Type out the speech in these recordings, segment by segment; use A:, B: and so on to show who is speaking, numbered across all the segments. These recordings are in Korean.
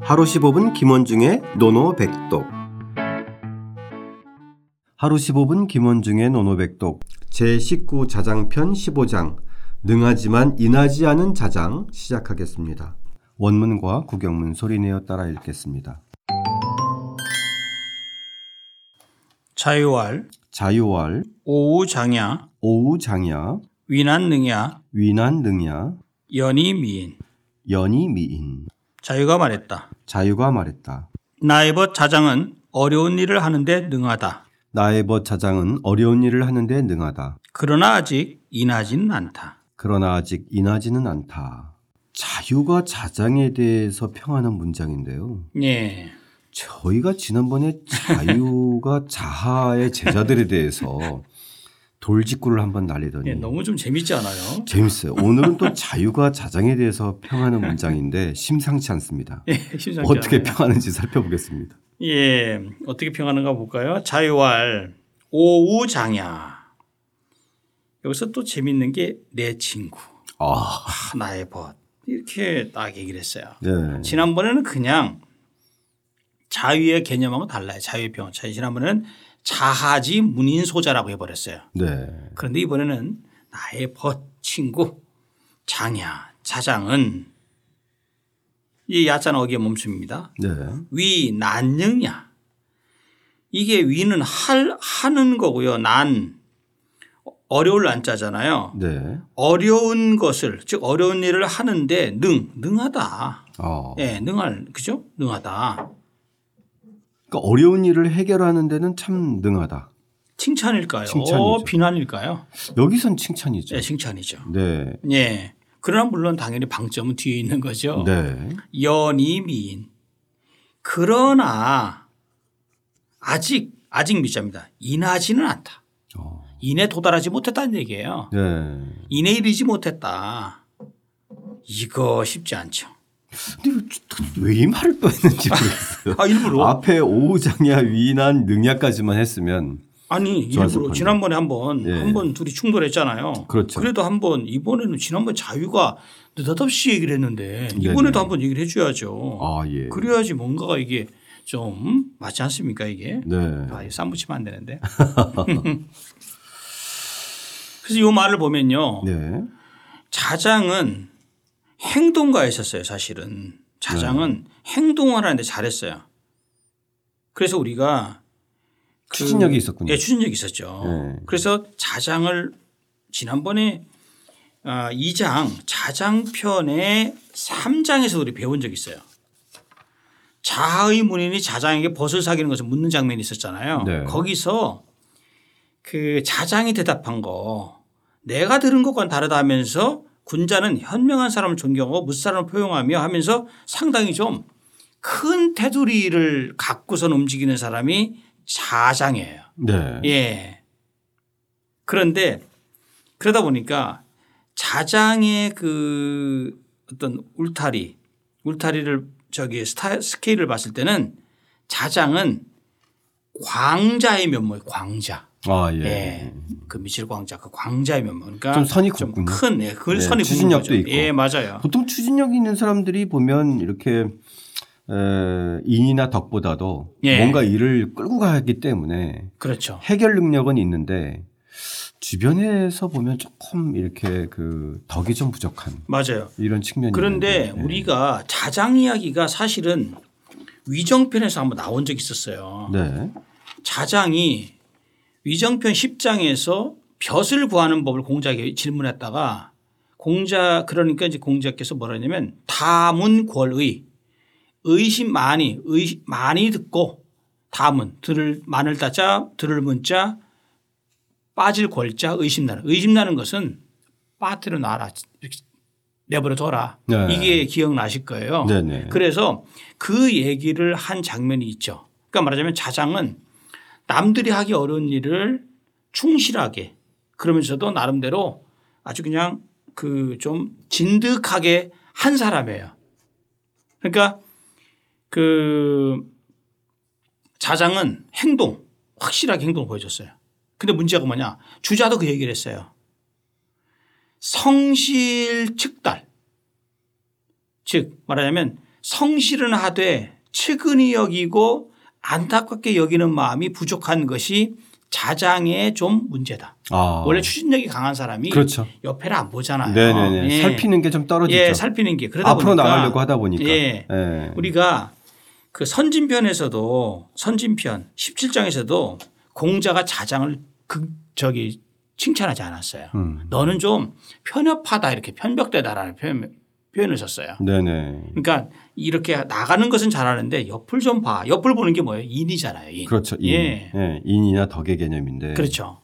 A: 하루 15분 김원중의 노노백독 하루 15분 김원중의 노노백독 제19 자장편 15장 능하지만 인하지 않은 자장 시작하겠습니다. 원문과 구경문 소리내어 따라 읽겠습니다.
B: 자유할
A: 자유왈
B: 오우장야
A: 오우장야
B: 위난능야
A: 위난능야
B: 연이미인
A: 연이미인
B: 자유가 말했다.
A: 자유가 말했다.
B: 나의 벗 자장은 어려운 일을 하는데 능하다.
A: 나의 벗 자장은 어려운 일을 하는데 능하다.
B: 그러나 아직 인하지는 않다.
A: 그러나 아직 인하지는 않다. 자유가 자장에 대해서 평하는 문장인데요.
B: 예.
A: 저희가 지난번에 자유가 자하의 제자들에 대해서 돌직구를 한번 날리더니
B: 예, 너무 좀 재밌지 않아요?
A: 재밌어요. 오늘은 또 자유가 자장에 대해서 평하는 문장인데 심상치 않습니다.
B: 예, 심상치
A: 어떻게
B: 않아요.
A: 평하는지 살펴보겠습니다.
B: 예, 어떻게 평하는가 볼까요? 자유할 오우장야. 여기서 또 재밌는 게 내 친구,
A: 아,
B: 아, 나의 벗 이렇게 딱 얘기를 했어요.
A: 네.
B: 지난번에는 그냥 자유의 개념하고 달라요. 자유의 병원. 차이. 지난번에는 자하지 문인소자라고 해버렸어요.
A: 네.
B: 그런데 이번에는 나의 벗 친구 장야 자장은 이 야자는 어기에 멈춥니다.
A: 네.
B: 위 난영야 이게 위는 할 하는 거고요. 난 어려울 난자잖아요.
A: 네.
B: 어려운 것을 즉 어려운 일을 하는데 능 능하다.
A: 어.
B: 예, 능할 그죠? 능하다.
A: 그러니까 어려운 일을 해결하는 데는 참 능하다.
B: 칭찬일까요?
A: 칭찬이죠.
B: 비난일까요?
A: 여기선 칭찬이죠.
B: 예, 칭찬이죠.
A: 네.
B: 예. 그러나 물론 당연히 방점은 뒤에 있는 거죠.
A: 네.
B: 연이 미인. 그러나 아직 아직 미자입니다. 인하지는 않다.
A: 어.
B: 인에 도달하지 못했다는 얘기예요.
A: 네.
B: 인에 이르지 못했다. 이거 쉽지 않죠.
A: 근데 왜 이 말을 또 했는지 모르겠어요.
B: 아 일부러
A: 앞에 오장야 위난 능야까지만 했으면
B: 아니
A: 좋았을
B: 일부러
A: 거예요.
B: 지난번에 한번
A: 예.
B: 한 번 둘이 충돌했잖아요.
A: 그렇죠.
B: 래도 한번 이번에는 지난번 자유가 느닷없이 얘기를 했는데 이번에도
A: 네네.
B: 한번 얘기를 해줘야죠.
A: 아 예.
B: 그래야지 뭔가가 이게 좀 맞지 않습니까 이게?
A: 네.
B: 아, 이거 쌈 붙이면 안 되는데. 그래서 이 말을 보면요.
A: 네.
B: 자장은 행동가였었어요 사실은. 자장은
A: 네.
B: 행동을 하는데 잘했어요. 그래서 우리가 그-
A: 추진력이 있었군요.
B: 예, 추진력이 있었죠.
A: 네.
B: 그래서 자장을 지난번에 아, 2장 자장편의 3장에서 우리 배운 적이 있어요. 자의 문인이 자장에게 벗을 사귀는 것을 묻는 장면이 있었잖아요.
A: 네.
B: 거기서 그 자장이 대답한 거 내가 들은 것과는 다르다 하면서 군자는 현명한 사람을 존경하고 무사람을 포용하며 하면서 상당히 좀 큰 테두리를 갖고선 움직이는 사람이 자장이에요.
A: 네.
B: 예. 그런데 그러다 보니까 자장의 그 어떤 울타리, 울타리를 저기 스타, 스케일을 봤을 때는 자장은 광자의 면모예요. 광자.
A: 아
B: 예.
A: 예.
B: 그 미칠 광자, 그 광자의 면모. 그러니까
A: 좀 선이
B: 좀
A: 굵군요.
B: 큰, 예, 그
A: 네,
B: 선이 굵은
A: 추진력도
B: 거죠.
A: 있고.
B: 예, 맞아요.
A: 보통 추진력 있는 사람들이 보면 이렇게 에, 인이나 덕보다도
B: 예.
A: 뭔가 일을 끌고 가기 때문에
B: 그렇죠.
A: 해결 능력은 있는데 주변에서 보면 조금 이렇게 그 덕이 좀 부족한
B: 맞아요.
A: 이런 측면이
B: 그런데
A: 있는데. 예.
B: 우리가 자장 이야기가 사실은 위정편에서 한번 나온 적이 있었어요.
A: 네.
B: 자장이 위정편 10장에서 벼슬 구하는 법을 공자에게 질문했다가 공자 그러니까 이제 공자께서 뭐라 했냐면 다문궐의 의심 많이 의 많이 듣고 다문 들을 만을 따자 들을 문자 빠질 궐자 의심나는 의심나는 것은 빠뜨려 놔라 이렇게 내버려 둬라
A: 네.
B: 이게 기억나실 거예요.
A: 네네.
B: 그래서 그 얘기를 한 장면이 있죠. 그러니까 말하자면 자장은 남들이 하기 어려운 일을 충실하게 그러면서도 나름대로 아주 그냥 그 좀 진득하게 한 사람이에요. 그러니까 그 자장은 행동 확실하게 행동을 보여줬어요. 근데 문제가 뭐냐 주자도 그 얘기를 했어요. 성실 측달 즉 말하자면 성실은 하되 측은히 여기고 안타깝게 여기는 마음이 부족한 것이 자장의 좀 문제다.
A: 아.
B: 원래 추진력이 강한 사람이
A: 그렇죠.
B: 옆에를 안 보잖아요.
A: 네네네.
B: 예.
A: 살피는 게 좀 떨어지죠.
B: 예, 살피는 게 그러다
A: 앞으로
B: 보니까
A: 나가려고 하다 보니까.
B: 예.
A: 예.
B: 우리가 그 선진편에서도 선진편 17장에서도 공자가 자장을 극 저기 칭찬하지 않았어요.
A: 음.
B: 너는 좀 편협하다 이렇게 편벽되다라는 표현, 표현을 썼어요.
A: 네네.
B: 그러니까 이렇게 나가는 것은 잘하는데 옆을 좀 봐. 옆을 보는 게 뭐예요? 인이잖아요. 인.
A: 그렇죠. 인.
B: 예.
A: 예, 인이나 덕의 개념인데
B: 그렇죠.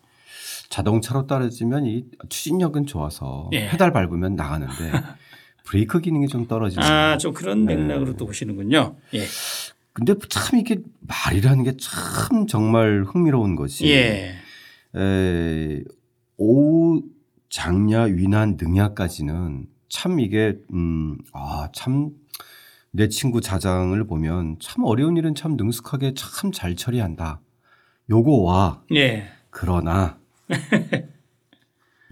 A: 자동차로 따지면 이 추진력은 좋아서
B: 예.
A: 페달 밟으면 나가는데 브레이크 기능이 좀 떨어지는.
B: 아, 좀 그런
A: 네.
B: 맥락으로 또 보시는군요. 예.
A: 근데 참 이게 말이라는 게 참 정말 흥미로운 것이
B: 예.
A: 에, 오우 장야 위난 능야까지는 참 이게 음, 음아참 내 친구 자장을 보면 참 어려운 일은 참 능숙하게 참 잘 처리한다. 요거와
B: 예.
A: 그러나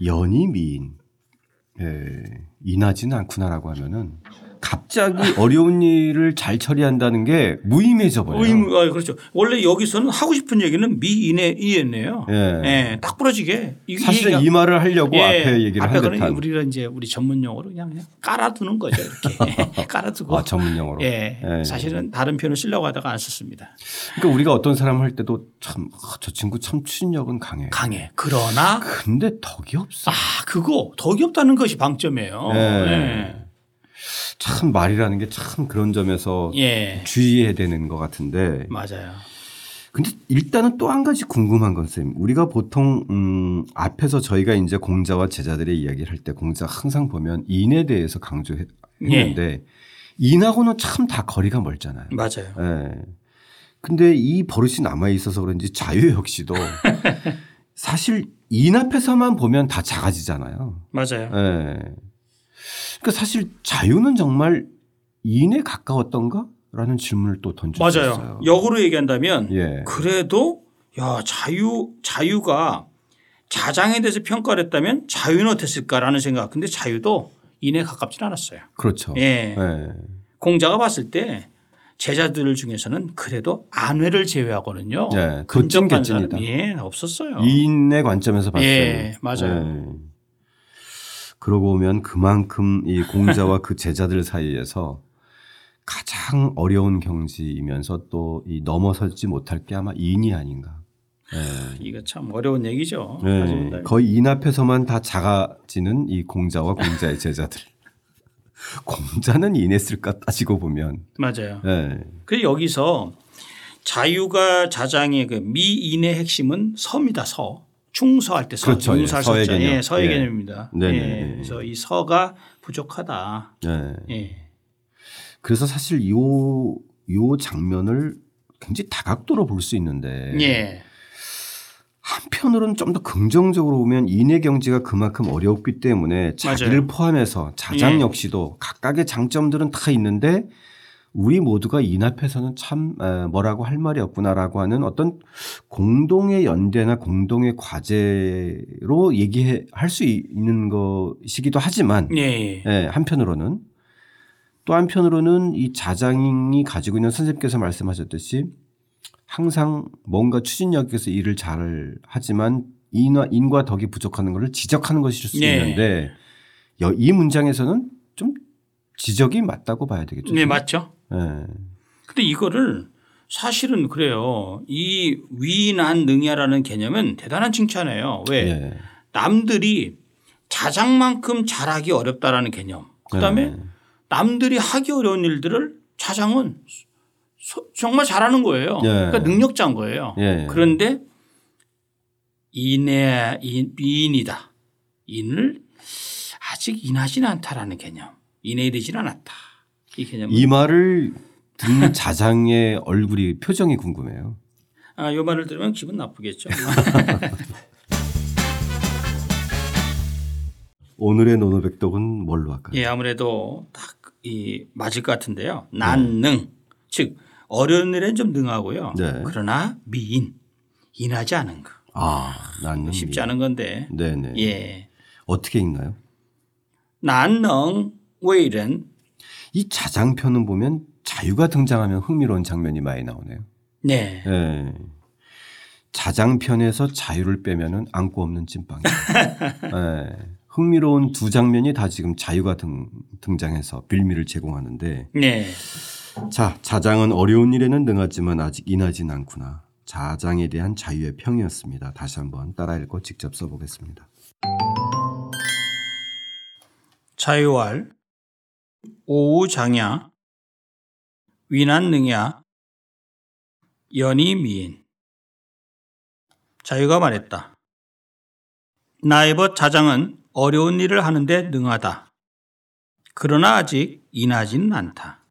A: 연이 미인 예, 인하지는 않구나라고 하면은 갑자기 어려운 일을 잘 처리한다는 게 무의미해져 버려요.
B: 의무, 아, 그렇죠. 원래 여기서는 하고 싶은 얘기는 미인의 이였네요.
A: 예.
B: 예, 딱 부러지게. 이-
A: 사실은
B: 얘기가-
A: 이 말을 하려고
B: 예,
A: 앞에 얘기를 한
B: 거는
A: 듯한
B: 우리가 이제 우리 전문 용어로 그냥, 그냥 깔아두는 거죠. 이렇게 깔아두고.
A: 아, 전문 용어로.
B: 예,
A: 예.
B: 사실은 다른 표현을 쓰려고 하다가 안 썼습니다.
A: 그러니까 우리가 어떤 사람 할 때도 참 아, 저 친구 참 추진력은 강해.
B: 강해. 그러나
A: 근데 덕이 없어.
B: 아 그거 덕이 없다는 것이 방점이에요. 예.
A: 네. 참 말이라는 게 참 그런 점에서
B: 예. 예.
A: 주의해야 되는 것 같은데.
B: 맞아요.
A: 근데 일단은 또 한 가지 궁금한 건 쌤. 우리가 보통 음 앞에서 저희가 이제 공자와 제자들의 이야기를 할 때 공자 항상 보면 인에 대해서
B: 예,
A: 강조했는데 인하고는 참 다 거리가 멀잖아요.
B: 맞아요.
A: 예. 근데 이 버릇이 남아 있어서 그런지 자유 역시도 사실 인 앞에서만 보면 다 작아지잖아요. 예.
B: 맞아요.
A: 그러니까 사실 자유는 정말 인에 가까웠던가라는 질문을 또 던졌어요.
B: 맞아요. 역으로 얘기한다면
A: 예.
B: 그래도 야 자유 자유가 자장에 대해서 평가를 했다면 자유는 어땠을까라는 생각. 근데 자유도 인에 가깝진 않았어요.
A: 그렇죠.
B: 예.
A: 예.
B: 공자가 봤을 때 제자들 중에서는 그래도 안회를 제외하고는요.
A: 예,
B: 근접한
A: 도찐개찐이다.
B: 사람이 예, 없었어요.
A: 이인의 관점에서 봤을
B: 예,
A: 때.
B: 맞아요.
A: 그러고 보면 그만큼 이 공자와 그 제자들 사이에서 가장 어려운 경지이면서 또 이 넘어서지 못할 게 아마 인이 아닌가.
B: 이거 참 어려운 얘기죠.
A: 예,
B: 하지만 네.
A: 거의 인 앞에서만 다 작아지는 이 공자와 공자의 제자들. 공자는 인했을까 따지고 보면.
B: 맞아요.
A: 예.
B: 그래서 여기서 자유가 자장의 그 미인의 핵심은 서입니다. 서. 충서할 때 서.
A: 그렇죠. 예,
B: 용서할
A: 서의
B: 서자.
A: 개념.
B: 예, 서의
A: 예.
B: 개념입니다.
A: 네네.
B: 예, 그래서 이 서가 부족하다.
A: 예.
B: 예.
A: 그래서 사실 요, 요 장면을 굉장히 다각도로 볼 수 있는데.
B: 예.
A: 한편으로는 좀 더 긍정적으로 보면 인해 경제가 그만큼 어렵기 때문에 자기를 포함해서 자장
B: 예.
A: 역시도 각각의 장점들은 다 있는데 우리 모두가 인 앞에서는 참 에, 뭐라고 할 말이 없구나라고 하는 어떤 공동의 연대나 공동의 과제로 얘기해 할 수 있는 것이기도 하지만
B: 예. 예.
A: 예, 한편으로는 또 한편으로는 이 자장이 가지고 있는 선생님께서 말씀하셨듯이 항상 뭔가 추진력에서 일을 잘 하지만 인과, 인과 덕이 부족하는 것을 지적하는 것일 수
B: 예.
A: 있는데 여- 이 문장에서는 좀 지적이 맞다고 봐야 되겠죠.
B: 네, 맞죠?
A: 예.
B: 근데 이거를 사실은 그래요. 이 위난 능야라는 개념은 대단한 칭찬이에요. 왜?
A: 예.
B: 남들이 자장만큼 잘하기 어렵다라는 개념. 그다음에
A: 예.
B: 남들이 하기 어려운 일들을 자장은 소- 정말 잘하는 거예요.
A: 예.
B: 그러니까 능력자인 거예요.
A: 예.
B: 그런데 인의 인, 인이다. 인을 아직 인하진 않다라는 개념. 인에 이르진 않았다. 이 개념.
A: 이 말을 듣는 자장의 얼굴이 표정이 궁금해요.
B: 아, 요 말을 들으면 기분 나쁘겠죠.
A: 오늘의 노노백독은 뭘로 할까요?
B: 예, 아무래도 딱 이 맞을 것 같은데요.
A: 네.
B: 난능 즉 어려운 일엔 좀 능하고요.
A: 네.
B: 그러나 미인 인하지 않은 거
A: 아, 난
B: 쉽지 않은 건데
A: 네네.
B: 예
A: 어떻게 읽나요?
B: 난능 외이런
A: 이 자장편은 보면 자유가 등장하면 흥미로운 장면이 많이 나오네요.
B: 네.
A: 예. 자장편에서 자유를 빼면은 안고 없는 찐빵. 예. 흥미로운 두 장면이 다 지금 자유가 등, 등장해서 빌미를 제공하는데
B: 네.
A: 자 자장은 어려운 일에는 능하지만 아직 인하진 않구나. 자장에 대한 자유의 평이었습니다. 다시 한번 따라 읽고 직접 써보겠습니다.
B: 자유왈 오우장야 위난능야 연이미인 자유가 말했다. 나의 벗 자장은 어려운 일을 하는데 능하다. 그러나 아직 인하진 않다.